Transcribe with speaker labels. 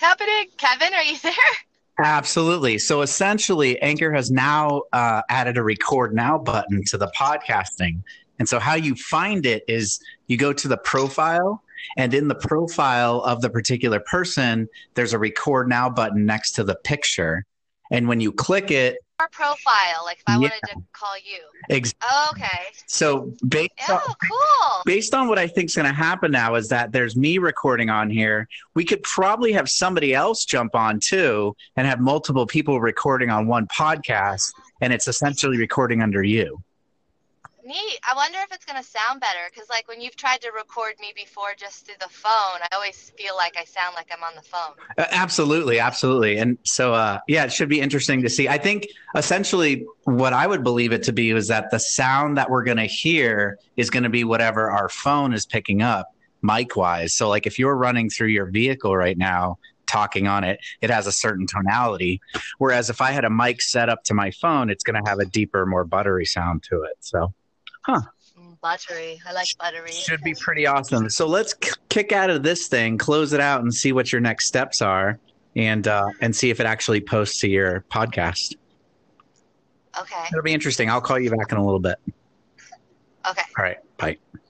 Speaker 1: happening? Kevin, are you there?
Speaker 2: Absolutely. So essentially, Anchor has now uh, added a record now button to the podcasting. And so, how you find it is you go to the profile, and in the profile of the particular person, there's a record now button next to the picture. And when you click it,
Speaker 1: Our profile, like if I wanted to call you.
Speaker 2: ex-
Speaker 1: Okay.
Speaker 2: so based on,
Speaker 1: Oh, cool.
Speaker 2: based on what I think's going to happen now is that there's me recording on here. We could probably have somebody else jump on too and have multiple people recording on one podcast, and it's essentially recording under you.
Speaker 1: Neat. I wonder if it's going to sound better because, like, when you've tried to record me before just through the phone, I always feel like I sound like I'm on the phone.
Speaker 2: Uh, Absolutely, absolutely. And so, uh, yeah, it should be interesting to see. I think essentially what I would believe it to be is that the sound that we're going to hear is going to be whatever our phone is picking up mic wise. So, like if you're running through your vehicle right now, talking on it, it has a certain tonality. Whereas if I had a mic set up to my phone, it's going to have a deeper, more buttery sound to it. So,
Speaker 1: Mm, Buttery. I like buttery.
Speaker 2: should be pretty awesome. So let's k- kick out of this thing, close it out, and see what your next steps are, and uh, and see if it actually posts to your podcast.
Speaker 1: Okay.
Speaker 2: It'll be interesting. I'll call you back in a little bit.
Speaker 1: Okay.
Speaker 2: All right, bye.